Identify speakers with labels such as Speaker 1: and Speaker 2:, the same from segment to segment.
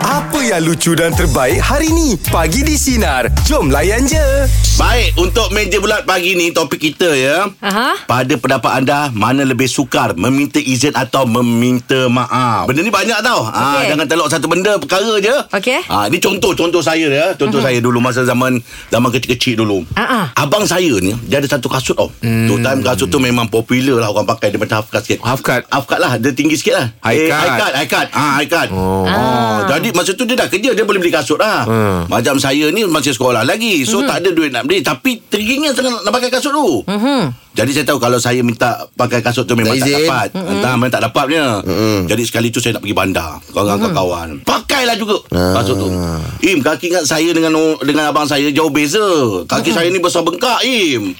Speaker 1: Apa yang lucu dan terbaik hari ni? Pagi di Sinar. Jom layan je.
Speaker 2: Baik, untuk meja bulat pagi ni topik kita ya.
Speaker 3: Aha.
Speaker 2: Pada pendapat anda, mana lebih sukar meminta izin atau meminta maaf? Benda ni banyak tau. Ah,
Speaker 3: Okey.
Speaker 2: jangan telok satu benda perkara je.
Speaker 3: Okey.
Speaker 2: Ah, ni contoh contoh saya ya. Contoh saya dulu masa zaman zaman kecil-kecil dulu.
Speaker 3: Ah,
Speaker 2: Abang saya ni dia ada satu kasut tau. Hmm. Tu time kasut tu memang popular lah orang pakai dia macam half cut sikit.
Speaker 4: Half cut.
Speaker 2: Half cut lah, dia tinggi sikit lah.
Speaker 4: High cut.
Speaker 2: high cut, high cut. Ah, high cut. Oh. Ah. Jadi masa tu dia dah kerja dia boleh beli kasut lah. Hmm. Macam saya ni masih sekolah lagi. So mm-hmm. tak ada duit nak beli tapi teringin sangat nak pakai kasut tu. Mhm. Jadi saya tahu kalau saya minta pakai kasut tu memang
Speaker 4: Tak
Speaker 2: tak,
Speaker 4: izin.
Speaker 2: dapat. Mm-hmm. Entah memang tak dapat punya. Mm-hmm. Jadi sekali tu saya nak pergi bandar. Kawan-kawan. Mm-hmm. Pakailah juga kasut tu. Im, kaki kat saya dengan o- dengan abang saya jauh beza. Kaki saya ni besar bengkak, Im.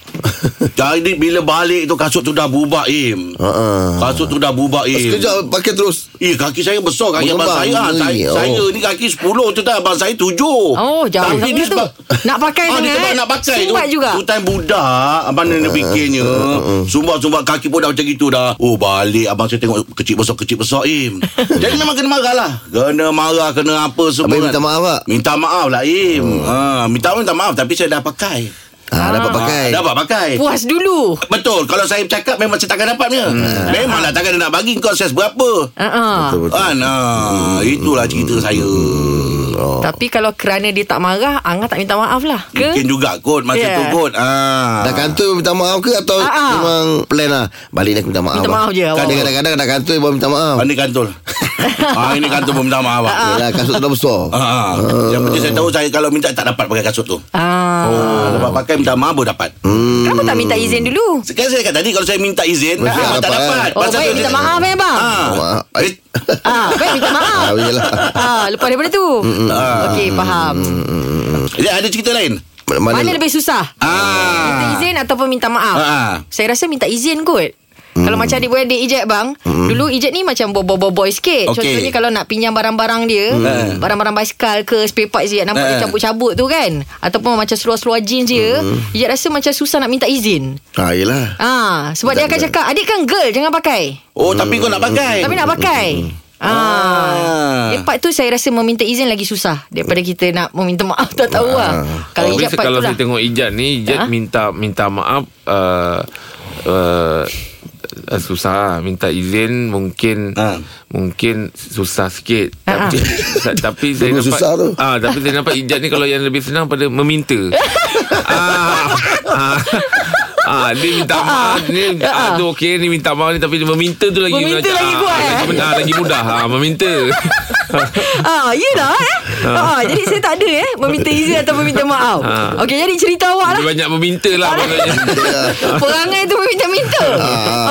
Speaker 2: Jadi bila balik tu kasut tu dah bubak, Im.
Speaker 5: Ha-ha.
Speaker 2: Kasut tu dah bubak, Im.
Speaker 5: Ah. Sekejap pakai terus
Speaker 2: Eh kaki saya besar Kaki abang
Speaker 5: Mengembang.
Speaker 2: saya ah, saya,
Speaker 5: Oh.
Speaker 2: saya ni kaki 10 tu tak Abang saya 7 Oh
Speaker 3: jauh sangat tu. Nak pakai
Speaker 2: ah,
Speaker 3: sangat.
Speaker 2: Dia sebab nak pakai
Speaker 3: Sumbat
Speaker 2: tu
Speaker 3: juga.
Speaker 2: Tu time budak Abang
Speaker 5: Uh,
Speaker 2: dia fikirnya Sumbat-sumbat kaki pun dah macam gitu dah Oh balik Abang saya tengok Kecil besar-kecil besar Im Jadi memang kena marah lah Kena marah Kena apa semua
Speaker 5: Abang
Speaker 2: kan.
Speaker 5: minta maaf, Pak?
Speaker 2: Minta maaf lah Im ha, Minta maaf minta maaf Tapi saya dah pakai
Speaker 5: Ah, dapat pakai.
Speaker 2: Ah, Dapat pakai
Speaker 3: Puas dulu.
Speaker 2: Betul Kalau saya cakap Memang saya takkan dapatnya hmm. Memanglah takkan nak bagi Kau ses berapa
Speaker 3: Uh-uh.
Speaker 5: Betul.
Speaker 2: Ah,
Speaker 3: Hmm.
Speaker 2: nah, itulah cerita saya.
Speaker 3: Oh. Tapi kalau kerana dia tak marah, Angah tak minta maaf lah. Ke? Ya.
Speaker 2: Mungkin juga kot masa yeah.
Speaker 3: Yeah.
Speaker 2: tu kot. Ah.
Speaker 5: Ha. Dah kantor minta maaf ke Atau
Speaker 3: Ah, ah.
Speaker 5: memang plan lah Balik ni aku minta maaf
Speaker 3: Minta
Speaker 5: lah.
Speaker 3: maaf je awak.
Speaker 5: Kadang- Kadang-kadang dah kantor baru minta maaf
Speaker 2: Pandai kantor. ah, ini kantor pun minta maaf. Ah.
Speaker 5: Yelah kasut tu dah besar
Speaker 2: Ah. ah. Yang penting saya tahu saya kalau minta tak dapat pakai kasut tu.
Speaker 3: Ah.
Speaker 2: Ah, dapat pakai minta maaf baru dapat.
Speaker 5: Hmm.
Speaker 3: Kenapa tak minta izin dulu?
Speaker 2: Sekarang saya kata tadi kalau saya minta izin,
Speaker 5: Mesti
Speaker 2: ah,
Speaker 5: tak
Speaker 2: tak
Speaker 5: dapat.
Speaker 2: dapat.
Speaker 3: Oh,
Speaker 2: Pasal
Speaker 3: baik
Speaker 2: tu
Speaker 3: minta
Speaker 2: dia-
Speaker 3: maaf eh bang.
Speaker 2: Ah. lah.
Speaker 5: Maaf.
Speaker 2: Eh,
Speaker 3: Ah, baik minta maaf.
Speaker 5: Ah, yelah.
Speaker 3: Ah, lepas daripada tu. Okey, faham.
Speaker 2: eh, ada cerita lain?
Speaker 3: Mana lebih susah? Minta
Speaker 2: Ah.
Speaker 3: izin ataupun minta maaf?
Speaker 2: Ah.
Speaker 3: Saya rasa minta izin kot. Kalau
Speaker 2: Hmm.
Speaker 3: macam adik-beradik Ijat bang mm. Dulu Ijat ni macam boy-boy-boy sikit
Speaker 2: Okey.
Speaker 3: Contohnya kalau nak pinjam barang-barang dia
Speaker 2: Hmm.
Speaker 3: Barang-barang basikal ke Spare parts Ijat Nampak
Speaker 2: Eh. Hmm.
Speaker 3: dia cabut-cabut tu kan Ataupun macam seluar-seluar jeans dia Ijat rasa macam susah nak minta izin
Speaker 5: Ah, yelah
Speaker 3: Ah, Sebab dia akan cakap Adik kan girl jangan pakai
Speaker 2: Oh, tapi kau nak pakai.
Speaker 3: Tapi nak pakai
Speaker 2: Hmm.
Speaker 3: Ah. Eh, part tu saya rasa meminta izin lagi susah daripada kita nak meminta maaf tak tahu lah.
Speaker 2: Ah.
Speaker 3: Kalau
Speaker 4: Tapi
Speaker 3: ijat part
Speaker 4: kalau
Speaker 3: tu lah.
Speaker 4: saya tengok Ijat ni Ijat
Speaker 3: Ha?
Speaker 4: minta minta maaf uh, uh, uh, susah minta izin mungkin
Speaker 2: Ha.
Speaker 4: mungkin susah sikit
Speaker 3: Ha, ha.
Speaker 4: tapi sa- tapi saya
Speaker 5: Dulu
Speaker 4: nampak
Speaker 5: susah tu.
Speaker 4: ah tapi saya nampak Ijat ni kalau yang lebih senang pada meminta ah, ah, ah dia minta maaf ni ah, tu okey ni minta maaf ni tapi dia meminta tu lagi
Speaker 3: Ha. Meminta
Speaker 4: macam,
Speaker 3: lagi kuat, eh?
Speaker 4: lagi, ah, lagi mudah ah meminta
Speaker 3: Ah, yelah eh. Ah, jadi saya tak ada eh meminta izin atau meminta maaf.
Speaker 4: Ah.
Speaker 3: Okey, jadi cerita awak lah.
Speaker 4: Lebih banyak meminta lah maknanya.
Speaker 3: Perangai tu meminta-minta.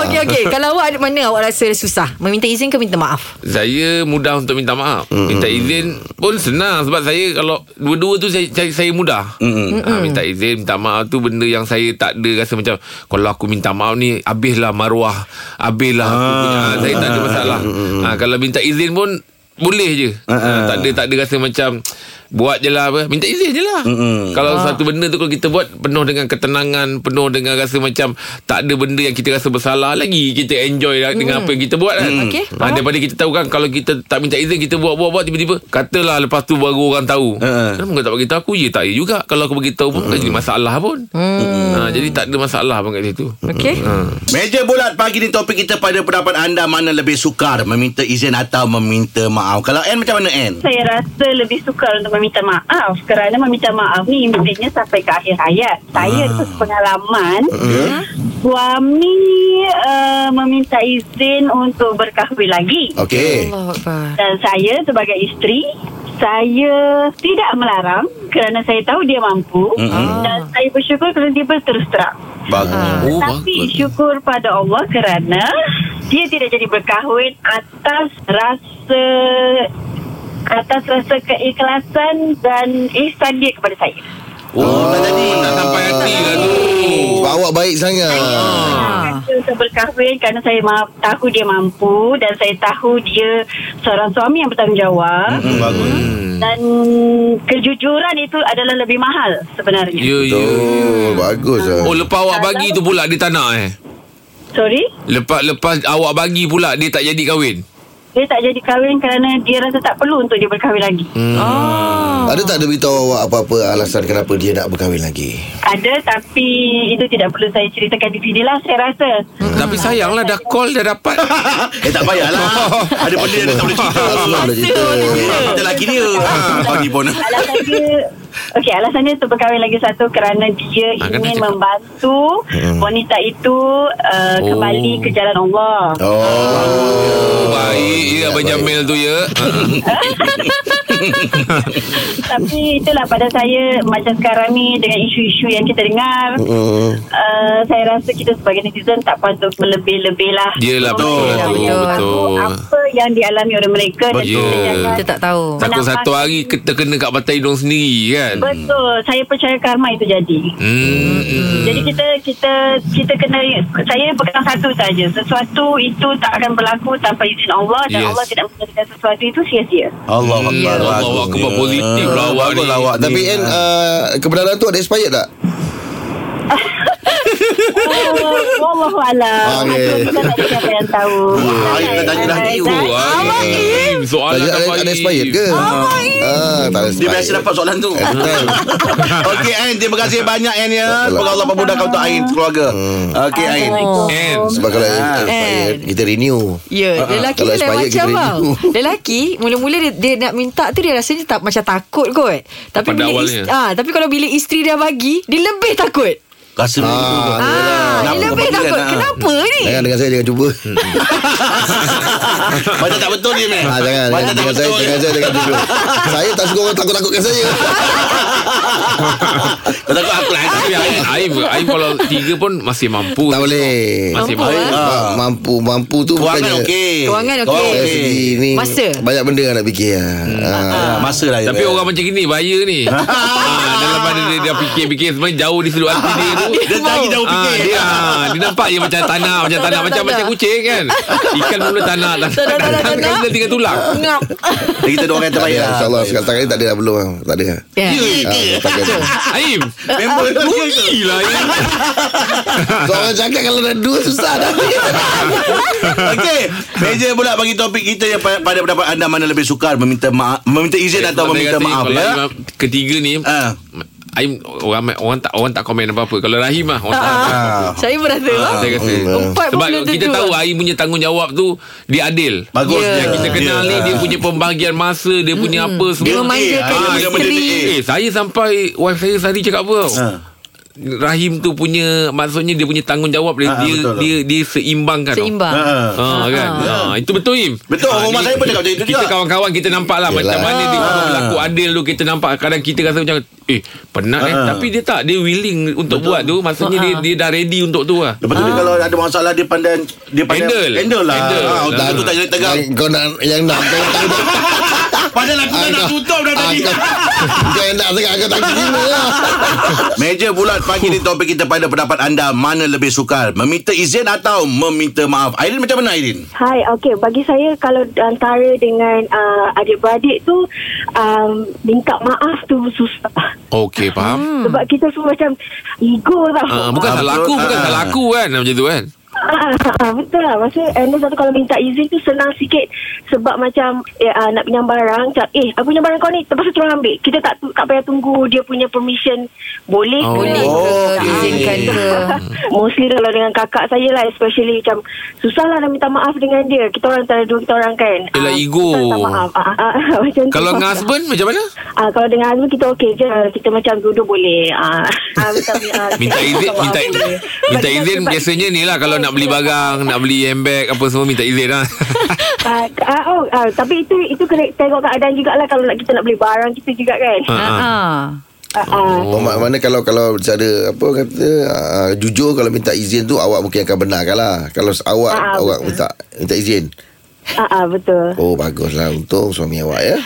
Speaker 3: Okey okey, kalau awak ada mana awak rasa susah? Meminta izin ke minta maaf?
Speaker 4: Saya mudah untuk minta maaf Minta izin pun senang Sebab saya kalau Dua-dua tu saya, saya, saya mudah ha, Minta izin Minta maaf tu benda yang saya tak ada Rasa macam Kalau aku minta maaf ni Habislah maruah Habislah aku punya ha, Saya tak ada masalah ha, Kalau minta izin pun boleh je ha, tak ada tak ada rasa macam buat je lah apa minta izin je lah kalau satu benda tu kalau kita buat penuh dengan ketenangan penuh dengan rasa macam tak ada benda yang kita rasa bersalah lagi kita enjoy lah dengan apa yang kita buat kan
Speaker 3: Okey,
Speaker 4: ha,
Speaker 3: faham.
Speaker 4: daripada kita tahu kan kalau kita tak minta izin kita buat-buat-buat tiba-tiba katalah lepas tu baru orang tahu
Speaker 5: Eh.
Speaker 2: Ha.
Speaker 4: kenapa kau tak beritahu aku ya tak ya juga kalau aku beritahu pun tak jadi
Speaker 5: Hmm.
Speaker 4: masalah pun ha, jadi tak ada masalah pun kat situ
Speaker 3: Okey.
Speaker 2: Meja bulat pagi ni topik kita pada pendapat anda mana lebih sukar meminta izin atau meminta maaf. Kalau N macam mana N?
Speaker 6: saya rasa lebih sukar untuk meminta maaf kerana meminta maaf ni mestinya sampai ke akhir hayat. Saya ah. pengalaman suami uh, meminta izin untuk berkahwin lagi
Speaker 5: Okey
Speaker 3: Allah Akbar.
Speaker 6: dan saya sebagai isteri saya tidak melarang kerana saya tahu dia mampu
Speaker 2: Mm-mm.
Speaker 6: dan saya bersyukur kerana dia berterus terang.
Speaker 5: Ah.
Speaker 4: oh
Speaker 2: Bagus.
Speaker 6: Tapi syukur pada Allah kerana dia tidak jadi berkahwin atas rasa atas rasa keikhlasan dan ihsan dia kepada saya.
Speaker 4: oh tak jadi tak sampai hati lah tu
Speaker 5: Sebab awak baik sangat
Speaker 3: Ah.
Speaker 6: Saya untuk berkahwin kerana saya ma- tahu dia mampu dan saya tahu dia seorang suami yang bertanggungjawab
Speaker 2: Hmm, bagus.
Speaker 6: dan kejujuran itu adalah lebih mahal sebenarnya.
Speaker 4: ya ya
Speaker 5: Betul Bagus lah
Speaker 4: oh lepas awak bagi tu pula dia tak nak eh
Speaker 6: Sorry?
Speaker 5: Hmm.
Speaker 4: lepas lepas awak bagi pula dia tak jadi kahwin
Speaker 6: Dia tak jadi kahwin kerana dia rasa tak perlu untuk dia berkahwin lagi.
Speaker 3: Oh.
Speaker 5: Ada tak ada beritahu awak apa-apa alasan kenapa dia nak berkahwin lagi?
Speaker 6: Ada tapi itu tidak perlu saya ceritakan di sini lah saya rasa.
Speaker 4: Tapi sayanglah dah call dah dapat.
Speaker 2: Eh tak payahlah Ada benda yang dia tak boleh cerita
Speaker 5: Tak semua boleh cerita.
Speaker 2: Kita lelaki dia ha, Pagi pun
Speaker 6: Alasan dia Okey, alasannya untuk berkahwin lagi satu kerana dia
Speaker 4: Ah, kena cakap.
Speaker 6: ingin
Speaker 4: Hmm.
Speaker 6: membantu wanita itu uh,
Speaker 4: Oh.
Speaker 6: kembali ke jalan Allah.
Speaker 5: Oh.
Speaker 4: Oh, baik ya Abang
Speaker 5: Baik.
Speaker 4: Jamil tu ya.
Speaker 6: Tapi itulah pada saya macam sekarang ni dengan isu-isu yang kita dengar
Speaker 5: Hmm.
Speaker 6: uh, saya rasa kita sebagai netizen tak patut melebih-lebih lah.
Speaker 4: Yelah, betul
Speaker 6: Kita
Speaker 4: lah tu,
Speaker 6: tahu
Speaker 4: betul.
Speaker 6: Apa yang dialami oleh mereka dan
Speaker 4: Betul.
Speaker 6: kita jangan
Speaker 3: Kita tak tahu.
Speaker 4: Takut satu hari kita kena kat patah hidung sendiri kan.
Speaker 6: Betul, saya percaya karma itu jadi.
Speaker 4: Hmm. hmm.
Speaker 6: Jadi kita kita kita kena saya pegang satu saja. Sesuatu itu tak akan berlaku tanpa izin Allah dan
Speaker 4: Yes.
Speaker 6: Allah tidak menjadikan sesuatu itu sia-sia.
Speaker 2: Allah Ya, Akbar
Speaker 4: Allah Akbar positif lah awak ni.
Speaker 5: Bagus lah awak Tapi kan uh, Kebenaran tu ada expired tak?
Speaker 6: Oh, wallahu
Speaker 5: Ah,
Speaker 6: alam.
Speaker 5: okey.
Speaker 6: Kita tak ada siapa yang tahu.
Speaker 2: Wah, kita tanya dah
Speaker 6: Baik,
Speaker 2: you.
Speaker 6: baik.
Speaker 4: Awak Im. Soalan
Speaker 5: Ada, ada,
Speaker 4: apa
Speaker 5: ada
Speaker 4: Im?
Speaker 5: expired ke? Ah, tak ada expired.
Speaker 2: Dia biasa dapat soalan tu
Speaker 5: Eh, Betul.
Speaker 2: Okey Ain Terima kasih banyak Ain ya
Speaker 5: Betul Hmm. lah.
Speaker 2: Semoga Allah memudahkan untuk Ain Keluarga Okey Ain
Speaker 4: Em.
Speaker 5: Sebab kalau
Speaker 2: Ah.
Speaker 5: expired Kita renew
Speaker 3: Eh. Ya, lelaki ni
Speaker 5: Ah, Kalau
Speaker 3: lain
Speaker 5: expired,
Speaker 3: macam
Speaker 5: kita
Speaker 3: tau.
Speaker 5: renew.
Speaker 3: Lelaki mula-mula dia, dia nak minta tu dia rasanya tak macam takut kot. Tapi
Speaker 4: Pada
Speaker 3: bila
Speaker 4: awalnya.
Speaker 3: isteri, ah, tapi kalau bila isteri dia bagi, dia lebih takut.
Speaker 2: Rasa macam tu tu.
Speaker 5: lah.
Speaker 3: Ah, dia lebih
Speaker 2: kau
Speaker 3: takut.
Speaker 2: panggil,
Speaker 3: Kenapa ni?
Speaker 5: Jangan dengan saya Jangan cuba
Speaker 2: nak? Macam tak betul ni Mel
Speaker 5: ah, Jangan
Speaker 2: Macam tak
Speaker 5: Dengan saya
Speaker 2: betul
Speaker 5: Dengan saya Jangan cuba Saya tak suka orang takut-takutkan saya
Speaker 2: Kau takut aku lah
Speaker 4: Tapi Aim, Aim, Aim kalau tiga pun masih mampu.
Speaker 5: Tak boleh
Speaker 4: Masih
Speaker 3: Mampu,
Speaker 4: mampu.
Speaker 3: eh?
Speaker 5: Ma- Mampu Mampu tu
Speaker 2: Kewangan
Speaker 5: bukannya-
Speaker 2: kan, okey
Speaker 3: Kewangan okey.
Speaker 5: Dari
Speaker 2: Kewangan
Speaker 5: segi ni
Speaker 3: Masa. Hmm.
Speaker 5: Banyak benda yang nak fikir ah.
Speaker 2: Ah, Masa lah
Speaker 4: Tapi orang macam gini bahaya ni. ha, dalam pada dia, dia fikir-fikir sebenarnya jauh di sudut hati dia tu.
Speaker 2: Dia lagi jauh
Speaker 4: Ah,
Speaker 2: fikir
Speaker 4: dia, ah, dia nampak je macam tanah, macam tanah, macam
Speaker 3: tanah.
Speaker 4: macam kucing kan. Ikan mula tanah, tanah,
Speaker 3: Tanah,
Speaker 4: tanah,
Speaker 3: tanah,
Speaker 4: tanah,
Speaker 3: tanah.
Speaker 4: kan dia tiga tulang.
Speaker 3: Ngap.
Speaker 2: Jadi kita dua orang yang
Speaker 5: Tak
Speaker 2: terbaik
Speaker 5: ada
Speaker 2: lah
Speaker 5: InsyaAllah Sekarang ni tak ada dah belum bang. Tak ada lah.
Speaker 3: Ya.
Speaker 5: Ah, tak ada.
Speaker 4: Aim,
Speaker 2: Member
Speaker 4: rugi lah Aim.
Speaker 5: Seorang cakap kalau dah dua susah dah
Speaker 2: Okey Meja pula bagi topik kita yang pa- Pada pendapat anda Mana lebih sukar Meminta maaf Meminta izin
Speaker 4: Sebab
Speaker 2: atau
Speaker 4: saya
Speaker 2: meminta
Speaker 4: kata,
Speaker 2: maaf
Speaker 4: kalau Oh.
Speaker 2: ya?
Speaker 4: Aim, Ketiga ni,
Speaker 2: Ah.
Speaker 4: Aim orang orang tak orang tak komen apa-apa. Kalau Rahim lah orang tak
Speaker 3: Ah.
Speaker 4: Ah,
Speaker 3: Saya berasa
Speaker 2: Ah.
Speaker 3: lah.
Speaker 4: Saya rasa
Speaker 5: Hmm.
Speaker 3: Empat
Speaker 4: Sebab
Speaker 3: bulan
Speaker 4: kita
Speaker 3: tentu
Speaker 4: tahu
Speaker 3: lah.
Speaker 4: Aim punya tanggungjawab tu Dia adil
Speaker 2: Bagus
Speaker 3: Ya.
Speaker 2: dia.
Speaker 4: Yang kita kenal
Speaker 2: Dia.
Speaker 4: ni Dia punya pembagian masa Dia punya apa
Speaker 3: Dia
Speaker 4: semua
Speaker 3: memanjakan
Speaker 2: Ah, dia benda
Speaker 3: isteri.
Speaker 2: dia
Speaker 4: Eh saya sampai Wife saya sehari cakap apa tau
Speaker 2: Ha.
Speaker 4: Rahim tu punya Maksudnya dia punya tanggungjawab Dia
Speaker 2: Ah, ah,
Speaker 4: dia,
Speaker 2: betul tu.
Speaker 4: dia, dia seimbangkan tau.
Speaker 3: Seimbang.
Speaker 2: Ah.
Speaker 4: Ah, kan? Ah, itu betul Im.
Speaker 2: Betul,
Speaker 4: Ah,
Speaker 2: rumah
Speaker 4: ni-
Speaker 2: saya pun cakap macam itu
Speaker 4: Kita
Speaker 2: juga.
Speaker 4: kawan-kawan kita nampak lah macam
Speaker 5: Yelah.
Speaker 4: mana dia berlaku adil tu kita nampak kadang kita rasa macam eh penat eh
Speaker 2: Ah.
Speaker 4: tapi dia tak dia willing untuk buat tu maksudnya dia dia dah ready untuk tu lah.
Speaker 2: Lepas tu dia kalau ada masalah Dia pandai Dia pandai
Speaker 4: Handle.
Speaker 2: Handle lah
Speaker 4: Handle.
Speaker 2: Ah, Otak
Speaker 4: Ah.
Speaker 2: tu tak jadi tegang
Speaker 5: Yang Kau nak Yang nak Kau tak nak
Speaker 4: Ah.
Speaker 2: Padahal aku dah nak tutup dah tadi
Speaker 5: Ah, Kau yang nak sangat Kau tak terima lah
Speaker 2: Meja bulat pagi ni topik kita pada pendapat anda Mana lebih sukar Meminta izin atau meminta maaf Airin macam mana Airin?
Speaker 7: Hai, okey. Bagi saya kalau antara dengan
Speaker 6: ah,
Speaker 7: uh, adik-beradik tu um, minta maaf tu susah.
Speaker 4: Okey faham.
Speaker 7: Hmm. Sebab kita semua macam ego tau.
Speaker 4: Ah, bukan
Speaker 2: Ah,
Speaker 4: salah
Speaker 2: betul.
Speaker 4: aku bukan
Speaker 2: Ah.
Speaker 4: salah aku kan macam tu kan.
Speaker 7: Ah, ah, ah, betul lah. Maksudnya, and then satu kalau minta izin tu senang sikit. Sebab macam eh, ah, nak pinjam barang, macam, eh, aku pinjam barang kau ni, terpaksa terus ambil. Kita tak tak payah tunggu dia punya permission. Boleh
Speaker 4: Oh.
Speaker 7: oh.
Speaker 3: Boleh ke?
Speaker 7: ke?
Speaker 2: Oh,
Speaker 3: Tak
Speaker 2: okey.
Speaker 3: Izinkan ke?
Speaker 7: Mostly kalau dengan kakak saya lah especially macam susah lah nak minta maaf dengan dia. Kita orang antara dua kita orang kan.
Speaker 4: Yelah,
Speaker 7: Ah,
Speaker 4: ego.
Speaker 7: susah Minta maaf. Ah, ah, ah, macam tu.
Speaker 4: Kalau dengan husband macam mana?
Speaker 7: Ah, kalau dengan Azmi kita okey je. Kita macam duduk boleh. Ah, ah, minta, ah,
Speaker 4: Minta izin
Speaker 7: maaf
Speaker 4: minta
Speaker 7: boleh.
Speaker 4: minta
Speaker 7: Sebab-
Speaker 4: izin
Speaker 7: sebab-
Speaker 4: biasanya ni lah kalau nak beli barang, nak beli handbag apa semua minta izin lah.
Speaker 7: Ah, ah, oh, ah, tapi itu itu kena tengok keadaan jugalah kalau nak kita nak beli barang kita juga kan.
Speaker 4: Ah, ah.
Speaker 3: Ah.
Speaker 7: Ah, ah.
Speaker 5: Oh. Mak- Mana kalau kalau cara apa kata uh, jujur kalau minta izin tu awak mungkin akan benarkan lah. Kalau s- awak
Speaker 7: Ah,
Speaker 5: awak minta minta izin.
Speaker 7: Ah, ah, betul.
Speaker 5: Oh baguslah untung suami awak ya.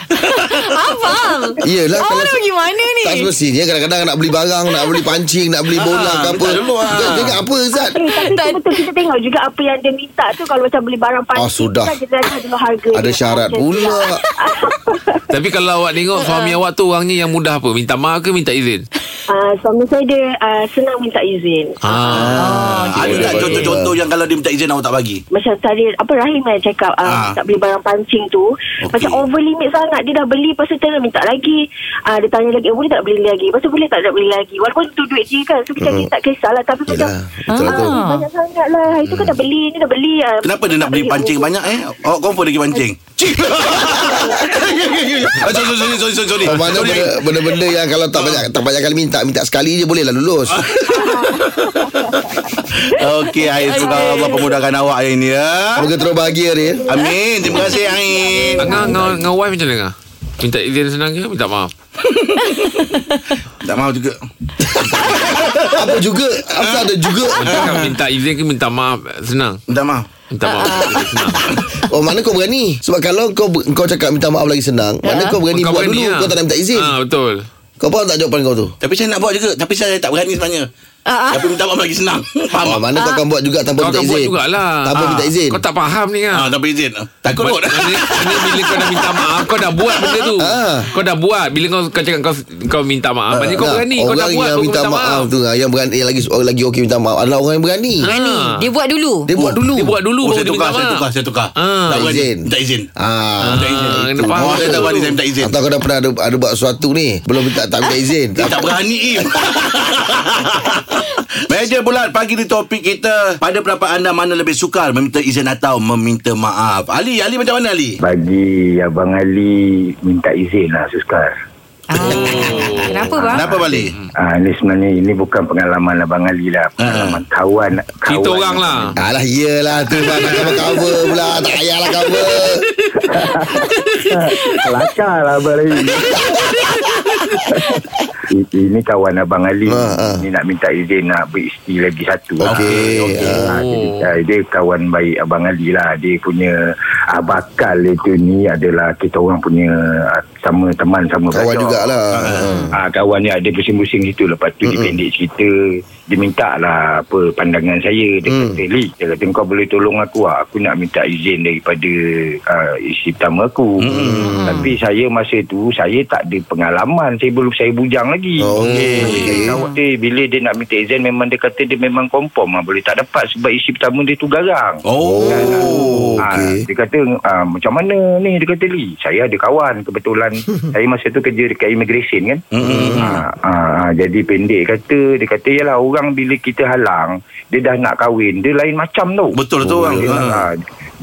Speaker 3: Abang.
Speaker 5: Iyalah
Speaker 3: Awak
Speaker 5: kalau
Speaker 3: nak
Speaker 5: se-
Speaker 3: pergi mana ni?
Speaker 5: tak semestinya kadang-kadang nak beli barang, nak beli pancing, nak beli bola ke apa.
Speaker 2: minta dulu, ah.
Speaker 5: Jangan Tengok apa
Speaker 7: Eh,
Speaker 5: Zat.
Speaker 7: tapi
Speaker 3: Tak-
Speaker 7: tak. betul kita tengok juga apa yang dia minta tu kalau macam beli barang pancing
Speaker 5: Ah, sudah.
Speaker 7: kan kita dah dulu harga
Speaker 5: Ada
Speaker 7: dia.
Speaker 5: syarat
Speaker 7: Macam tu lah.
Speaker 5: pula.
Speaker 4: Ah. Tapi kalau awak tengok suami awak tu orangnya yang mudah apa? Minta maaf ke minta izin?
Speaker 7: uh, suami saya dia uh, senang minta izin.
Speaker 4: Ah,
Speaker 2: Ah, ada
Speaker 4: boleh,
Speaker 2: tak
Speaker 4: boleh.
Speaker 2: contoh-contoh yang kalau dia minta izin awak tak bagi?
Speaker 7: Macam tadi apa Rahim yang cakap
Speaker 2: Ah.
Speaker 7: uh, tak beli barang pancing tu okay.
Speaker 2: Okey.
Speaker 7: macam over limit sangat dia dah beli pasal terus minta lagi uh, dia tanya lagi eh, boleh tak beli lagi pasal boleh tak nak beli lagi walaupun tu duit dia kan so kita mm. tak kisahlah tapi
Speaker 5: Hmm. Yelah,
Speaker 7: macam
Speaker 5: betul lah tu.
Speaker 3: Ah.
Speaker 7: banyak sangat lah itu kan dah beli ni dah beli
Speaker 8: Ah,
Speaker 7: uh,
Speaker 2: Kenapa dia nak beli pancing banyak eh? Oh, confirm dia pergi pancing. Cik. Ah, sorry, sorry, sorry, sorry, sorry.
Speaker 5: Oh, Mana
Speaker 2: Sorry.
Speaker 5: benda- benda-benda yang kalau tak banyak tak banyak kali minta minta sekali je boleh lah lulus.
Speaker 2: Okey, Ain. Semoga Allah pemudahkan awak hari ini ya.
Speaker 5: Semoga terus bahagia dia.
Speaker 2: Amin. Terima kasih, Ain.
Speaker 4: Angah dengan, dengan wife macam mana? Angah? Minta izin senang ke? Minta maaf.
Speaker 5: Ah.
Speaker 2: Tak mahu juga.
Speaker 5: Apa juga? Apa ada juga?
Speaker 4: Cakap minta izin ke minta maaf eh, senang?
Speaker 2: Tak mahu.
Speaker 4: Minta maaf. senang.
Speaker 5: Oh mana Ah, kau berani? Sebab kalau kau ber- kau cakap minta maaf lagi senang, mana kau berani
Speaker 4: Ya. Kau
Speaker 5: buat
Speaker 4: berani,
Speaker 5: dulu
Speaker 4: ah.
Speaker 5: kau tak nak minta izin.
Speaker 4: Ah betul.
Speaker 5: Kau faham tak jawapan kau tu?
Speaker 2: Tapi saya nak buat juga. Tapi saya tak berani sebenarnya.
Speaker 3: Ah, ah.
Speaker 2: Tapi minta maaf lagi senang.
Speaker 5: Ah,
Speaker 2: Faham?
Speaker 5: mana kau akan buat juga
Speaker 4: Kau
Speaker 5: tanpa minta
Speaker 4: akan
Speaker 5: izin.
Speaker 4: buat jugalah.
Speaker 5: Tanpa
Speaker 4: Ah,
Speaker 5: minta izin.
Speaker 4: Kau tak faham ni kan?
Speaker 2: Ah, tak boleh izin. Takut kot.
Speaker 4: Maksudnya, maksudnya bila kau dah minta maaf Kau dah buat benda tu
Speaker 5: Ah.
Speaker 4: Kau dah buat Bila kau, kau cakap kau, kau minta maaf Maksudnya kau
Speaker 5: Nah,
Speaker 4: ah, berani Kau dah
Speaker 5: orang
Speaker 4: buat
Speaker 5: yang
Speaker 4: Kau
Speaker 5: minta maaf, tu ah, yang berani yang lagi orang lagi okey minta maaf adalah orang yang berani.
Speaker 3: Berani.
Speaker 4: Ah.
Speaker 3: Dia buat dulu.
Speaker 5: Dia buat dulu.
Speaker 4: Dia buat dulu
Speaker 2: Oh,
Speaker 4: baru
Speaker 2: saya
Speaker 4: dia
Speaker 2: tukar,
Speaker 4: minta
Speaker 2: saya
Speaker 4: maaf.
Speaker 2: tukar, saya tukar.
Speaker 4: Ah.
Speaker 2: Tak
Speaker 5: Minta
Speaker 2: berani.
Speaker 5: izin.
Speaker 2: Minta izin.
Speaker 5: Ah.
Speaker 2: Minta izin.
Speaker 4: Ah, kena faham
Speaker 2: Oh, saya tak
Speaker 4: tu.
Speaker 2: berani saya minta izin.
Speaker 5: Atau kau dah pernah ada, ada buat sesuatu ni Belum minta tak minta izin
Speaker 2: Dia tak berani Im Meja bulat pagi di topik kita Pada pendapat anda mana lebih sukar Meminta izin atau meminta maaf Ali, Ali macam mana Ali?
Speaker 9: Bagi Abang Ali minta izin lah Suskar.
Speaker 3: Ah. Kenapa bang?
Speaker 2: Kenapa Ali?
Speaker 9: Ah, ini sebenarnya ini bukan pengalaman Abang Ali
Speaker 5: Ha.
Speaker 9: lah. Pengalaman kawan. kawan.
Speaker 4: Kita orang lah
Speaker 5: Alah iyalah tu bang Nak cover cover pula Tak payahlah cover
Speaker 9: Kelakar lah Abang Ali. I- ini kawan Abang Ali.
Speaker 5: Ha, ha.
Speaker 9: Ini nak minta izin nak beristi lagi satu. lah.
Speaker 5: Okey,
Speaker 9: Ah,
Speaker 5: ha.
Speaker 4: ah.
Speaker 9: jadi, ah, dia kawan baik Abang Ali lah. Dia punya ah, bakal itu ni adalah kita orang punya ah, sama teman sama
Speaker 5: Kawan
Speaker 9: pelajar.
Speaker 5: jugalah
Speaker 9: Ah, kawan ni ada pusing-pusing situ Lepas tu dia pendek cerita Dia minta lah apa pandangan saya Dia kata Lee Dia kata kau boleh tolong aku lah Aku nak minta izin daripada uh, isteri pertama aku Tapi saya masa tu Saya tak ada pengalaman Saya belum saya bujang lagi
Speaker 5: Oh, okey.
Speaker 9: Kawan dia bila dia nak minta izin Memang dia kata dia memang konform lah Boleh tak dapat sebab isteri pertama dia tu garang
Speaker 2: Oh,
Speaker 5: Oh
Speaker 9: Okay.
Speaker 5: okay.
Speaker 9: Ha, dia kata ah, macam mana ni dia kata Lee saya ada kawan kebetulan saya masa tu kerja dekat immigration kan
Speaker 2: Hmm,
Speaker 9: mm-hmm. ha, ha, ha, jadi pendek kata dia kata yalah orang bila kita halang dia dah nak kahwin dia lain macam tau
Speaker 2: betul tu orang
Speaker 9: dia,
Speaker 2: Ah.
Speaker 9: ha,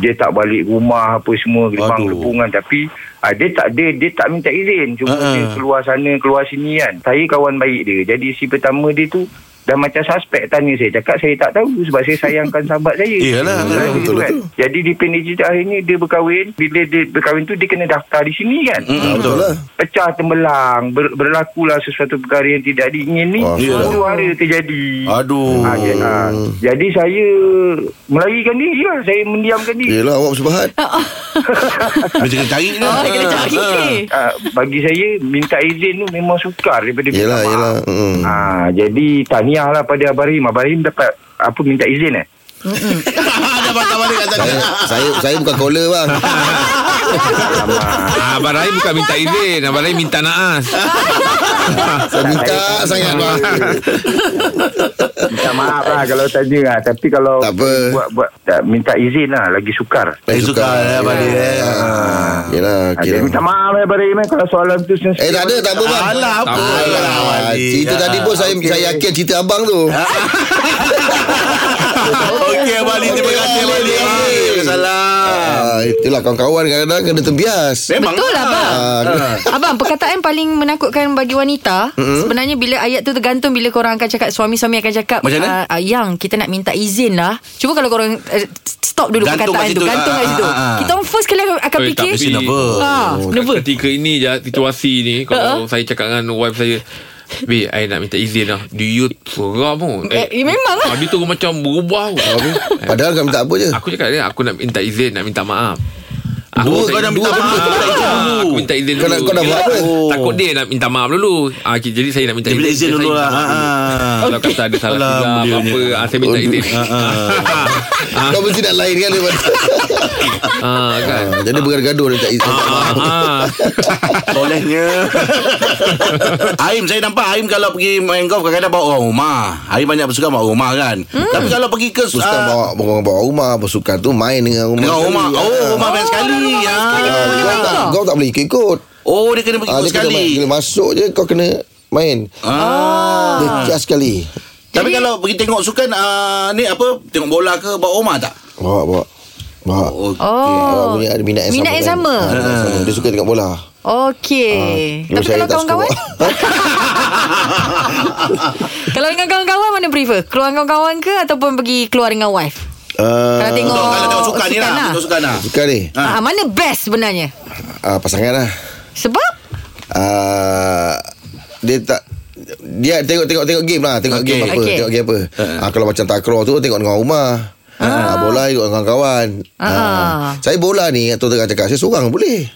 Speaker 9: dia tak balik rumah apa semua gerbang
Speaker 2: Aduh.
Speaker 9: lepungan tapi ha, dia tak dia, dia tak minta izin cuma
Speaker 2: Ha-ha.
Speaker 9: dia keluar sana keluar sini kan saya kawan baik dia jadi si pertama dia tu dah macam suspek tanya saya cakap saya tak tahu sebab saya sayangkan sahabat saya Kan,
Speaker 2: Iyalah, betul,
Speaker 9: gitu
Speaker 2: betul.
Speaker 9: kan. jadi di pendek cerita akhirnya dia berkahwin bila dia berkahwin tu dia kena daftar di sini kan
Speaker 2: Mm, Betul
Speaker 5: lah
Speaker 9: pecah tembelang ber, berlakulah sesuatu perkara yang tidak diingini
Speaker 5: Wah.
Speaker 9: satu hari terjadi
Speaker 2: Aduh
Speaker 9: Ha, ya, ha.
Speaker 2: ah.
Speaker 9: Jadi saya melayikan diri lah. Saya mendiamkan diri.
Speaker 5: Yelah awak bersebahat
Speaker 2: Macam Ah, kena cari ni
Speaker 3: Oh, dia kena cari.
Speaker 2: lah.
Speaker 5: Ya.
Speaker 9: Ha, bagi saya minta izin tu memang sukar daripada minta
Speaker 5: Yelah
Speaker 9: maaf.
Speaker 5: yelah mm.
Speaker 9: Ha, jadi tahniah lah pada Abang Rahim. Abang Rahim dapat apa minta izin eh?
Speaker 2: Ah, Dah patah balik kat sana
Speaker 5: saya, saya saya bukan caller bang
Speaker 4: ah, Abang Rahim bukan minta izin Abang Rahim minta naas
Speaker 5: Saya minta sangat bang
Speaker 9: Minta maaf lah kalau tanya lah. Tapi kalau
Speaker 5: Tak apa.
Speaker 9: buat, buat tak, minta izin lah lagi sukar.
Speaker 2: Saya suka lah Balik eh
Speaker 5: Ah, Yelah
Speaker 9: Ha,
Speaker 5: kira
Speaker 9: jadi minta maaf lah Abang Rahim eh, kalau soalan tu sensitif.
Speaker 5: Eh tak ada tak apa bang
Speaker 2: Alah apa
Speaker 4: Tak apa.
Speaker 2: lah,
Speaker 5: Ah,
Speaker 2: Ali.
Speaker 5: Cerita
Speaker 2: Ah.
Speaker 5: tadi pun saya saya yakin cerita abang tu
Speaker 2: Okey Abang Ali Terima
Speaker 5: Okey,
Speaker 2: kasih Abang Ali
Speaker 5: Ali.
Speaker 2: Salam
Speaker 5: Ah, Itulah kawan-kawan kadang-kadang kena terbias
Speaker 2: Memang
Speaker 3: Betul lah bang
Speaker 2: Ah,
Speaker 3: Abang perkataan paling menakutkan bagi wanita mm-hmm. Sebenarnya bila ayat tu tergantung Bila korang akan cakap Suami-suami akan cakap
Speaker 2: Macam mana?
Speaker 3: "Ah, Ayang kita nak minta izin lah Cuba kalau korang uh, Stop dulu
Speaker 2: Gantung
Speaker 3: perkataan
Speaker 2: kat
Speaker 3: tu
Speaker 2: situ.
Speaker 3: Gantung kat
Speaker 2: Ah,
Speaker 3: situ
Speaker 2: ah, ah, ah.
Speaker 3: Kita orang first kali akan akan
Speaker 4: Eh,
Speaker 3: fikir
Speaker 4: tapi-
Speaker 2: Kenapa?
Speaker 3: ah,
Speaker 4: Kenapa? Oh, Ketika ini je situasi ni Kalau
Speaker 3: Ha,
Speaker 4: saya cakap dengan wife saya Babe, I nak minta izin lah Do you seram pun
Speaker 3: Eh, eh, memang lah.
Speaker 4: Habis tu macam berubah pun.
Speaker 5: Padahal kau minta apa je
Speaker 4: Ah. Aku cakap dia Aku nak minta izin Nak minta maaf
Speaker 2: Dua kau dah minta maaf minta izin dulu.
Speaker 4: Aku minta izin dulu
Speaker 5: Kau nak- kau nak buat apa?
Speaker 4: Oh. Takut dia nak minta maaf dulu ah, ki- Jadi saya nak minta
Speaker 2: Dia minta izin
Speaker 4: Saya
Speaker 2: dulu
Speaker 4: minta
Speaker 2: lah.
Speaker 4: maaf dulu.
Speaker 2: Ah.
Speaker 4: Kalau kata ada salah
Speaker 2: Alam,
Speaker 4: silap
Speaker 2: dia
Speaker 4: Apa
Speaker 2: punya. Ah,
Speaker 4: ah, Saya minta izin
Speaker 5: Kau mesti nak lain kan daripada
Speaker 4: ah, kan?
Speaker 5: Ah, Jadi bergaduh dia tak izin
Speaker 4: Ah,
Speaker 2: Solehnya Aim saya nampak Aim kalau pergi main golf Kadang-kadang bawa orang rumah Aim banyak bersukan bawa rumah kan Tapi kalau pergi ke
Speaker 5: Pasukan
Speaker 2: ah,
Speaker 5: bawa bawa bawa rumah Pasukan tu main dengan rumah ya.
Speaker 2: Dengan rumah Oh rumah main sekali
Speaker 5: Ah,
Speaker 2: Ah.
Speaker 5: kau tak, kau tak boleh ikut-ikut
Speaker 2: Oh dia kena pergi
Speaker 5: ah,
Speaker 2: ikut
Speaker 5: Dia kena
Speaker 2: sekali
Speaker 5: main Bila masuk je Kau kena main
Speaker 2: Ah.
Speaker 5: Dia just sekali
Speaker 2: Tapi kalau pergi tengok sukan ah, Ni apa Tengok bola ke bawa rumah tak
Speaker 5: Bawa bawa Bawa Bawa
Speaker 3: Oh.
Speaker 5: punya Ah, ada minat yang
Speaker 3: Minat yang
Speaker 5: sama kan?
Speaker 3: sama.
Speaker 5: Ah, minat yang sama. Dia suka tengok bola
Speaker 3: Okey. Tapi
Speaker 5: Cuma Ah, saya
Speaker 3: kalau
Speaker 5: tak suka
Speaker 3: kawan-kawan?
Speaker 5: bawa.
Speaker 3: Kalau dengan kawan-kawan mana prefer? Keluar dengan kawan-kawan ke ataupun pergi keluar dengan wife?
Speaker 5: Ah,
Speaker 3: Kalau tengok
Speaker 2: Kalau tengok sukan ni lah
Speaker 3: lah.
Speaker 2: Tengok sukan lah
Speaker 5: Suka ni
Speaker 3: Ah, mana best sebenarnya?
Speaker 5: ah, Pasangan lah
Speaker 3: Sebab
Speaker 5: Ah, Dia tak dia tengok tengok tengok game lah tengok
Speaker 2: Okey.
Speaker 5: game apa
Speaker 3: Okey.
Speaker 5: tengok game apa ah, kalau macam takraw tu tengok dengan rumah ah. bola ikut dengan kawan ah.
Speaker 3: Ah.
Speaker 5: saya bola ni atau tengah cakap saya seorang boleh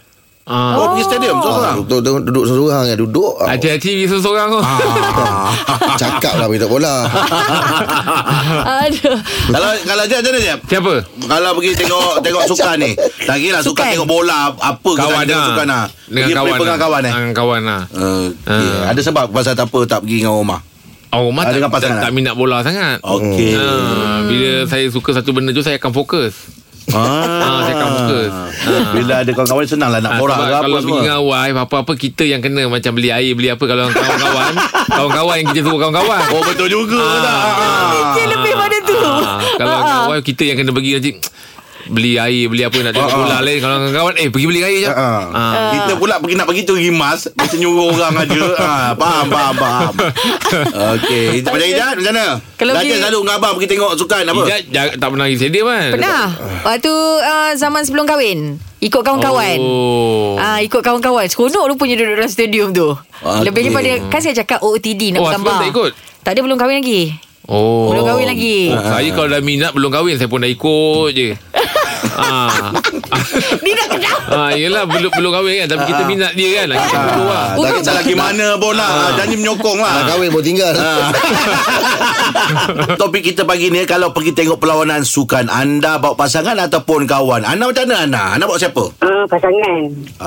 Speaker 4: ah.
Speaker 2: Oh pergi
Speaker 5: ah,
Speaker 2: stadium seorang
Speaker 5: duduk, duduk, duduk seorang ya duduk ah,
Speaker 4: Hati-hati seorang-seorang tu
Speaker 2: Ah.
Speaker 5: cakap lah beritahu bola
Speaker 3: ada
Speaker 2: Kalau kalau jap macam mana jap
Speaker 4: Siapa?
Speaker 2: kalau pergi tengok tengok sukan ni. Tak kira lah sukan
Speaker 3: Sukan.
Speaker 2: tengok bola apa ke
Speaker 4: Kawan
Speaker 2: tak kira
Speaker 4: lah
Speaker 2: sukan ah.
Speaker 4: Dengan
Speaker 2: Pergi
Speaker 4: kawan
Speaker 2: play dengan kawan eh.
Speaker 4: Dengan kawan lah
Speaker 2: Uh,
Speaker 4: Ah.
Speaker 2: Ada sebab pasal tak apa tak pergi dengan rumah.
Speaker 4: Oh, Omar
Speaker 2: Ah,
Speaker 4: tak,
Speaker 2: dengan pasangan
Speaker 4: tak,
Speaker 2: lah.
Speaker 4: tak minat bola sangat
Speaker 2: Okey.
Speaker 4: Ah, bila saya suka satu benda tu Saya akan fokus Ah,
Speaker 2: Ah,
Speaker 4: saya akan fokus. Ah.
Speaker 2: Bila ada kawan-kawan senanglah nak
Speaker 4: Ah,
Speaker 2: borak
Speaker 4: sebab
Speaker 2: ke apa
Speaker 4: kalau pergi
Speaker 2: semua.
Speaker 4: dengan wife Apa-apa kita yang kena Macam beli air Beli apa Kalau kawan-kawan Kawan-kawan yang kita suruh kawan-kawan
Speaker 2: Oh betul juga
Speaker 4: Ah.
Speaker 2: lah.
Speaker 3: Dia lebih pada tu.
Speaker 4: Ah, Kalau
Speaker 3: Ah,
Speaker 4: dengan
Speaker 3: ah.
Speaker 4: wife Kita yang kena pergi nanti Beli air Beli apa Nak tengok bola lain Kalau dengan kawan Eh pergi beli air je
Speaker 2: Ah. Kita pula pergi nak pergi tu rimas Mesti nyuruh orang aja ah, Faham faham faham Okey Macam Ijat macam mana?
Speaker 3: Kalau
Speaker 2: Lagi
Speaker 3: pergi-
Speaker 2: selalu dengan abang pergi tengok sukan apa?
Speaker 4: Ijat ja- tak pernah pergi stadium kan
Speaker 3: Pernah Waktu uh, zaman sebelum kahwin Ikut kawan-kawan
Speaker 4: Oh.
Speaker 3: Ah ikut kawan-kawan Seronok rupanya duduk dalam stadium tu
Speaker 2: Ah,
Speaker 3: Lebih
Speaker 2: okey.
Speaker 3: daripada Kan saya cakap OOTD nak
Speaker 4: Oh,
Speaker 3: bergambar
Speaker 4: sebelum tak ikut?
Speaker 3: Tak ada belum kahwin lagi
Speaker 4: Oh.
Speaker 3: Belum kahwin lagi.
Speaker 2: Ah,
Speaker 4: Oh, saya kalau dah minat belum kahwin saya pun dah ikut je. ah.
Speaker 3: Dia dah kenal
Speaker 4: ah, yelah belum belum kahwin kan tapi kita minat dia kan. Kita perlu lah.
Speaker 2: Ah, tak kisah lagi mana pun
Speaker 4: Ah.
Speaker 2: lah Janji menyokong lah
Speaker 5: nak kahwin pun tinggal
Speaker 2: Ah, Topik kita pagi ni Kalau pergi tengok perlawanan sukan Anda bawa pasangan ataupun kawan Anda macam mana Ana? Ana bawa siapa?
Speaker 8: Ah, pasangan.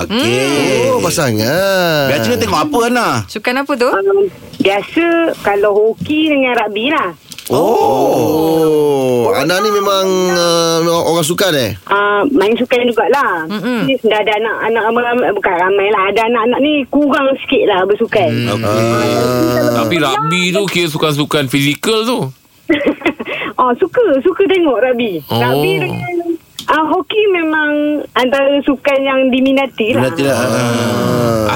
Speaker 2: Okey
Speaker 5: oh pasangan
Speaker 2: Biasanya tengok apa Ana?
Speaker 3: Sukan apa tu?
Speaker 8: Um, biasa kalau hoki dengan rugby lah.
Speaker 5: oh Ana ni memang uh, memang orang sukan eh
Speaker 8: Uh, main sukan jugalah. Mm-hmm. Dah ada anak-anak ramai, bukan ramai lah. Ada anak-anak ni kurang sikit lah bersukan.
Speaker 2: Hmm.
Speaker 6: Hmm.
Speaker 4: Tapi
Speaker 3: Ya
Speaker 4: rugby tu kira sukan-sukan fizikal tu.
Speaker 8: oh, suka. Suka tengok rugby.
Speaker 4: Oh.
Speaker 8: Oh. Rugby dengan uh, hoki memang antara sukan yang diminati lah.
Speaker 2: Berarti lah Ah.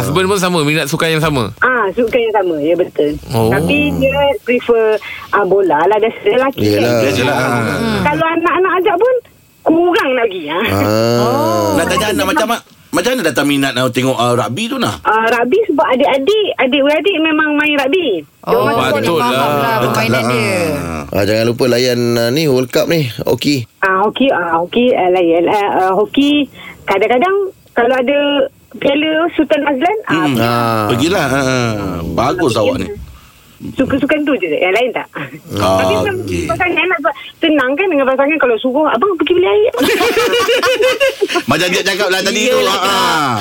Speaker 4: Husband pun sama minat sukan yang sama.
Speaker 8: Ah, sukan yang sama. Ya, betul.
Speaker 4: Oh.
Speaker 8: Tapi dia prefer uh, bola lah. Dia lelaki.
Speaker 5: Yelah.
Speaker 8: Kan?
Speaker 2: ah.
Speaker 8: Hmm. Kalau anak-anak ajak pun kurang lagi. Ha?
Speaker 5: ah.
Speaker 3: Oh.
Speaker 2: Nak tanya Ana macam Macam mana datang minat nak tengok uh, rugby tu nak?
Speaker 8: Uh, rugby sebab adik-adik, adik-beradik memang main rugby.
Speaker 3: Oh,
Speaker 4: orang
Speaker 3: patut
Speaker 4: sukan.
Speaker 3: faham lah
Speaker 4: Betul
Speaker 3: Permainan dia
Speaker 5: Ah, jangan lupa layan ah, ni World Cup ni Oki
Speaker 8: Ah hoki ah hoki uh, lain uh, uh, hoki kadang-kadang kalau ada piala Sultan Azlan ah
Speaker 2: Hmm.
Speaker 5: ah.
Speaker 2: Pergilah ah. Bagus awak ni
Speaker 8: suka-sukan tu je yang lain tak.
Speaker 2: Ah,
Speaker 8: Tapi
Speaker 2: okey.
Speaker 8: okay. pasangan nak buat tenang kan dengan pasangan kalau suruh abang pergi beli air.
Speaker 2: Macam dia cakap lah tadi tu ha.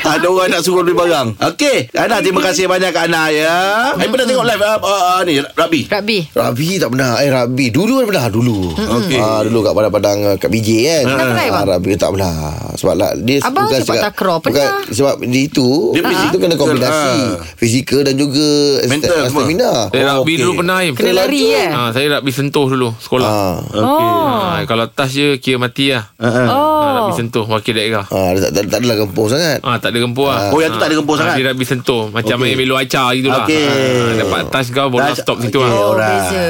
Speaker 2: Tak ada orang nak suruh beli barang Okey Ana terima kasih banyak Kak Ana ya Saya pernah tengok live uh, uh, ni rugby
Speaker 3: Rugby
Speaker 5: Rabi tak pernah Eh Rabi Dulu kan pernah Dulu
Speaker 2: Okey.
Speaker 5: ah, Dulu kat padang-padang eh, Kat BJ kan
Speaker 3: Pernah try, bang?
Speaker 5: Rabi tak pernah Sebab lah dia
Speaker 3: Abang sepak
Speaker 5: cakap-
Speaker 3: takraw,
Speaker 5: bukan,
Speaker 3: pernah.
Speaker 5: Sebab dia itu
Speaker 2: Dia
Speaker 5: Dia
Speaker 2: fizikal,
Speaker 5: Itu kena kombinasi
Speaker 2: ah.
Speaker 5: Fizikal dan juga
Speaker 2: Mental semua.
Speaker 5: Stamina
Speaker 4: Saya
Speaker 2: Oh,
Speaker 4: rugby
Speaker 2: okey.
Speaker 4: dulu pernah Im.
Speaker 3: Kena lari eh
Speaker 4: Ah, saya rugby sentuh dulu sekolah.
Speaker 5: ah.
Speaker 3: Oh
Speaker 4: Ah, kalau tas je kira mati lah. Ah,
Speaker 3: Oh
Speaker 4: rugby sentuh wakil daerah.
Speaker 5: Ah, dia tak, tak, tak adalah gempur sangat
Speaker 4: Ah tak ada gempur lah.
Speaker 2: Oh, yang tu tak ada gempur
Speaker 4: Ah,
Speaker 2: sangat?
Speaker 4: Dia rugby sentuh macam
Speaker 2: Okey.
Speaker 4: main belo acar gitulah.
Speaker 2: Okey.
Speaker 4: Ah, dapat touch kau bola
Speaker 2: Touch,
Speaker 4: stop situ
Speaker 2: okey.
Speaker 4: lah.
Speaker 3: Oh
Speaker 2: Alright.
Speaker 3: beza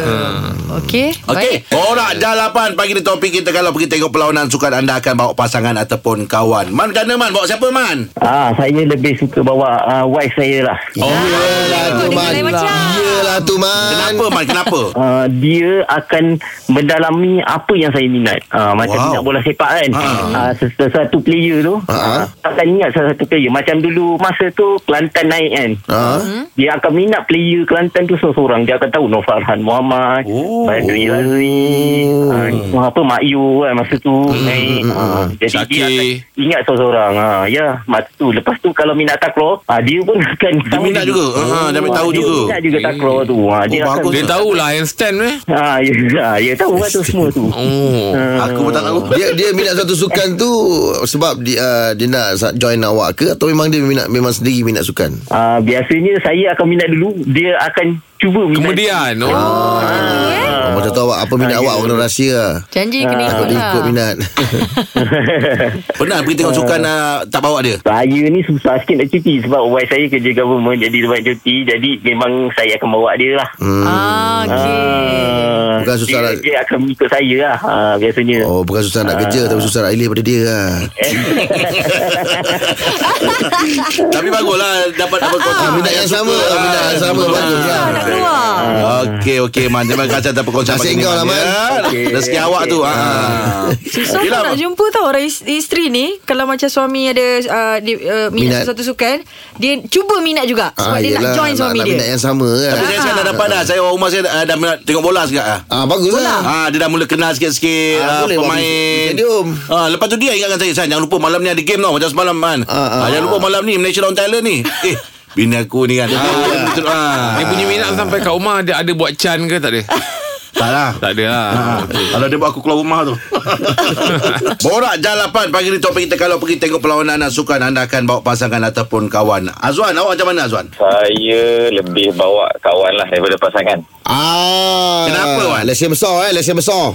Speaker 3: Okey Baik
Speaker 2: Okey, orang jalapan pagi ni topik kita kalau pergi tengok perlawanan sukan anda akan bawa pasangan ataupun kawan. Man macam mana man? Bawa siapa man?
Speaker 10: Ah, saya lebih suka bawa uh, wife saya lah.
Speaker 5: Oh,
Speaker 3: Ikut dengan lain macam
Speaker 5: Yelah tu man
Speaker 2: Kenapa Man Kenapa
Speaker 10: uh, dia akan mendalami apa yang saya minat. Uh, macam
Speaker 2: Wow.
Speaker 10: wow. minat bola sepak kan.
Speaker 2: Ha.
Speaker 10: Uh, sesuatu player tu
Speaker 5: Ha.
Speaker 2: Ah.
Speaker 10: uh, akan minat sesuatu player. Macam dulu masa tu Kelantan naik kan.
Speaker 2: Ah.
Speaker 5: Ha?
Speaker 10: Dia akan minat player Kelantan tu seorang-seorang. Dia akan tahu Nor Farhan Muhammad, oh.
Speaker 2: Oh.
Speaker 10: Badri Razri, oh. uh, apa Mayu kan masa tu
Speaker 2: Mm-hmm.
Speaker 10: naik. Uh, jadi dia
Speaker 4: Syakir.
Speaker 10: akan ingat seorang-seorang. Uh, ya, masa tu. Lepas tu kalau minat takraw, uh, dia pun akan
Speaker 2: Dia
Speaker 10: tahu Ah,
Speaker 2: minat juga. Ha, dia ambil tahu
Speaker 10: dia
Speaker 2: juga.
Speaker 10: minat juga takraw tu. Uh, dia
Speaker 2: Oh,
Speaker 10: akan
Speaker 2: bagus.
Speaker 4: Dia tahulah handstand eh.
Speaker 10: Ha, ya, ya, ya tahu lah tu semua tu.
Speaker 4: Oh.
Speaker 2: Aku pun tak tahu
Speaker 5: Dia dia minat satu sukan tu sebab dia uh, dia nak sa- join awak ke atau memang dia minat memang sendiri minat sukan?
Speaker 10: Ha, biasanya saya akan minat dulu, dia akan cuba minat. Ha.
Speaker 4: Kemudian oh.
Speaker 5: Uh, macam tu awak apa minat
Speaker 10: Ah,
Speaker 5: awak
Speaker 10: ya.
Speaker 5: orang rahsia lah.
Speaker 3: Janji kena ikut
Speaker 5: Takut dia
Speaker 3: lah
Speaker 5: ikut minat.
Speaker 2: Pernah pergi tengok sukan uh, Tak bawa dia
Speaker 10: Saya ni susah sikit nak cuti sebab wife saya kerja government jadi tempat cuti. Jadi memang saya akan bawa dia lah. Hmm.
Speaker 3: ah, okay.
Speaker 5: Bukan susah
Speaker 10: dia,
Speaker 5: nak-
Speaker 10: dia akan ikut saya lah ha, biasanya.
Speaker 5: Oh bukan susah nak kerja tapi susah nak elih pada dia lah.
Speaker 2: Tapi baguslah Dapat dapat konsen
Speaker 5: Ah, minat yang sama, Ah, minat yang sama bagus lah.
Speaker 3: Nak keluar
Speaker 2: Ah. Okey okey Man Terima kasih atas perkongsian
Speaker 5: Nasib
Speaker 2: pagi ni,
Speaker 5: kau lah, Man.
Speaker 2: ya. Rezeki awak tu lah, ha.
Speaker 3: Susah
Speaker 5: lah,
Speaker 2: Yelah,
Speaker 3: Yelah, nak jumpa tau Orang is- isteri ni Kalau macam suami ada uh, di, uh, Minat,
Speaker 5: Minat.
Speaker 3: satu sukan Dia cuba minat juga Sebab
Speaker 5: Ah,
Speaker 3: dia
Speaker 5: yelah,
Speaker 3: nak join suami
Speaker 5: nak
Speaker 3: dia
Speaker 5: minat yang sama kan.
Speaker 2: Tapi saya sekarang dah dapat dah Saya orang rumah saya dah, dah minat Tengok bola sekarang ah.
Speaker 5: Ah bagus lah.
Speaker 2: Ah, dia dah mula kenal sikit-sikit
Speaker 5: Ah,
Speaker 2: ah,
Speaker 5: boleh buat di
Speaker 2: pemain.
Speaker 5: stadium.
Speaker 2: Ah, lepas tu dia ingatkan saya, "San, jangan lupa malam ni ada game tau macam semalam kan.
Speaker 5: Ah, ah.
Speaker 2: Ah, jangan lupa malam ni Malaysia lawan Thailand ni." Eh, bini aku ni kan. Ah, betul. Ah.
Speaker 4: Dia punya minat sampai kat rumah Dia ada buat can ke tak ada
Speaker 2: Tak lah.
Speaker 4: Tak ada lah
Speaker 2: Kalau dia buat aku keluar rumah tu Borak Jalapan Pagi ni topik kita Kalau pergi tengok perlawanan anak sukan Anda akan bawa pasangan Ataupun kawan Azwan awak macam mana Azwan?
Speaker 9: Saya lebih bawa kawan lah daripada pasangan.
Speaker 5: Ah.
Speaker 2: Kenapa, Wan?
Speaker 5: Lesen besar eh, lesen besar.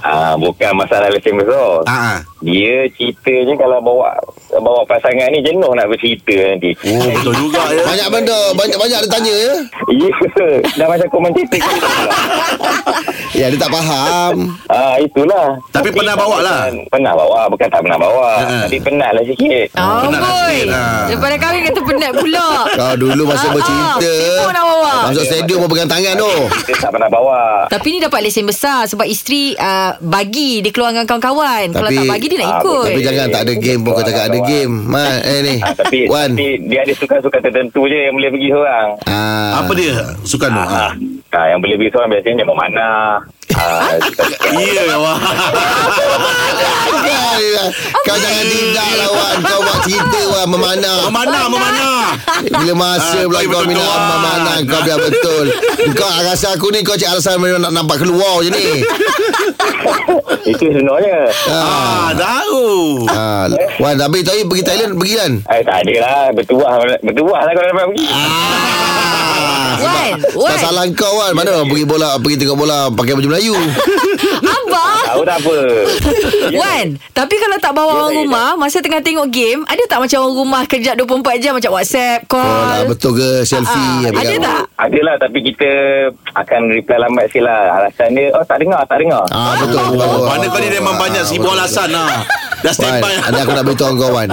Speaker 9: Ah, bukan masalah lesen besar.
Speaker 2: Ah, ah.
Speaker 9: Dia ceritanya kalau bawa bawa pasangan ni jenuh nak bercerita nanti.
Speaker 2: Oh betul juga ya
Speaker 5: Banyak benda, banyak-banyak dia tanya ya.
Speaker 9: Ya, dah macam komentator kali dah pula.
Speaker 5: Ya dia tak faham.
Speaker 9: Ah, itulah.
Speaker 2: Tapi pernah bawa lah.
Speaker 9: Pernah bawa, bukan tak pernah bawa.
Speaker 2: Ha.
Speaker 9: Tapi penat lah sikit.
Speaker 3: Oh
Speaker 2: Penat lah
Speaker 3: boy
Speaker 2: sikit
Speaker 5: ah.
Speaker 2: lah.
Speaker 3: Daripada kahwin kata penat pula
Speaker 5: Kau dulu
Speaker 3: Ah,
Speaker 5: masa
Speaker 3: ah,
Speaker 5: bercinta.
Speaker 3: sibuk nak bawa.
Speaker 5: Masuk stadium pun pegang tangan tu.
Speaker 9: Kita tak pernah bawa.
Speaker 3: Tapi ni dapat lesen besar Sebab isteri uh, Bagi Dia keluar dengan kawan-kawan Kalau
Speaker 5: Tapi-
Speaker 3: tak bagi dia nak
Speaker 9: Ah,
Speaker 3: ikut
Speaker 5: Tapi jangan tak ada game pun kau cakap ada game. Man, eh ni.
Speaker 9: Ah, tapi,
Speaker 5: Wan.
Speaker 9: tapi dia ada sukan-sukan tertentu je yang boleh pergi seorang.
Speaker 5: Ah.
Speaker 2: Apa dia? Sukan tu ah.
Speaker 9: Ah, ah, yang boleh pergi seorang biasanya dia mau mana. Ah, sukan-sukan.
Speaker 2: Ya awak
Speaker 5: Ya, Kau jangan tidak lah Wan Kau buat cerita Wan Memana
Speaker 2: Memanah Memanah
Speaker 5: Bila masa
Speaker 2: Ah,
Speaker 5: pula kau
Speaker 2: kau betul-betul
Speaker 5: minat
Speaker 2: Wan.
Speaker 5: Memana Kau biar betul Kau ah, rasa aku ni Kau cik alasan memang nak nampak keluar je ni
Speaker 9: Itu sebenarnya.
Speaker 5: ah.
Speaker 2: Ah tahu
Speaker 5: ah. Wan habis tadi pergi Thailand Pergi kan
Speaker 9: Eh, tak ada lah. Bertuah, bertuah lah kalau dapat pergi.
Speaker 5: ah.
Speaker 3: Wan
Speaker 5: Tak
Speaker 3: Wan
Speaker 5: salah kau
Speaker 9: Ya,
Speaker 5: Wan Mana pergi bola Pergi tengok bola Pakai baju Melayu
Speaker 3: Abang
Speaker 9: Tahu tak apa.
Speaker 5: Ya.
Speaker 3: Wan Tapi kalau tak bawa orang
Speaker 9: ya,
Speaker 3: rumah Masa tengah tengok game Ada tak macam orang rumah Kejap 24 jam Macam whatsapp
Speaker 5: Oh,
Speaker 3: Call
Speaker 5: lah, Betul ke
Speaker 3: Ah,
Speaker 5: Selfie habis
Speaker 3: Ada
Speaker 5: kan?
Speaker 3: tak
Speaker 9: Adalah tapi kita akan reply lambat sikit lah. Alasan dia, oh tak dengar, tak dengar.
Speaker 5: Ah betul. Oh,
Speaker 2: Mana kau ni memang banyak Sibuk alasan lah Dah
Speaker 5: Wan,
Speaker 2: stand by
Speaker 5: ada aku nak beritahu kau Wan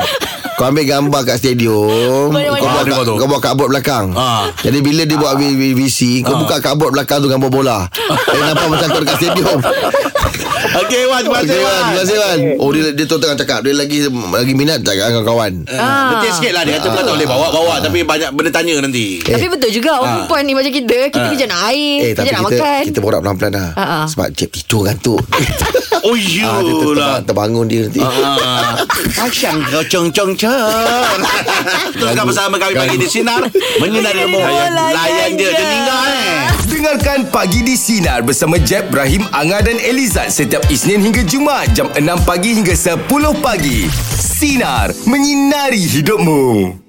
Speaker 5: Kau ambil gambar kat stadium
Speaker 3: Boleh, boleh.
Speaker 5: Kau buat
Speaker 2: Ada
Speaker 5: kat,
Speaker 2: kau tu.
Speaker 5: kau buat cardboard belakang
Speaker 2: Ah.
Speaker 5: Jadi bila dia buat V- V- VC Kau buka cardboard belakang tu gambar bola Dia nampak macam kau dekat stadium
Speaker 2: Okay Wan
Speaker 5: Okey
Speaker 2: Terima kasih
Speaker 5: Wan Terima
Speaker 2: Wan
Speaker 5: kasih Wan Oh dia, dia tu tengah cakap Dia lagi lagi minat cakap dengan kawan
Speaker 3: Ah.
Speaker 2: Betul sikit lah Dia kata pula tak boleh bawa-bawa Tapi banyak benda tanya nanti
Speaker 3: Tapi betul juga Orang perempuan ni macam kita Kita kejap nak air
Speaker 5: Ah. Eh tapi
Speaker 3: Kejap nak
Speaker 5: kita
Speaker 3: makan
Speaker 5: Kita borak pelan-pelan lah
Speaker 3: Ah, ah.
Speaker 5: Sebab cip tidur ngantuk
Speaker 2: Oh
Speaker 5: ah, Dia ter-
Speaker 2: yulah
Speaker 5: terbang- terbangun dia nanti
Speaker 2: Ah, Macam kau cong cong cong Teruskan bersama kami pagi di Sinar Menyinari rumah Layan dia Dia tinggal eh
Speaker 1: Dengarkan Pagi di Sinar bersama Jeb, Ibrahim, Anga dan Elizad setiap Isnin hingga Jumaat jam 6 pagi hingga 10 pagi. Sinar. Menyinari hidupmu.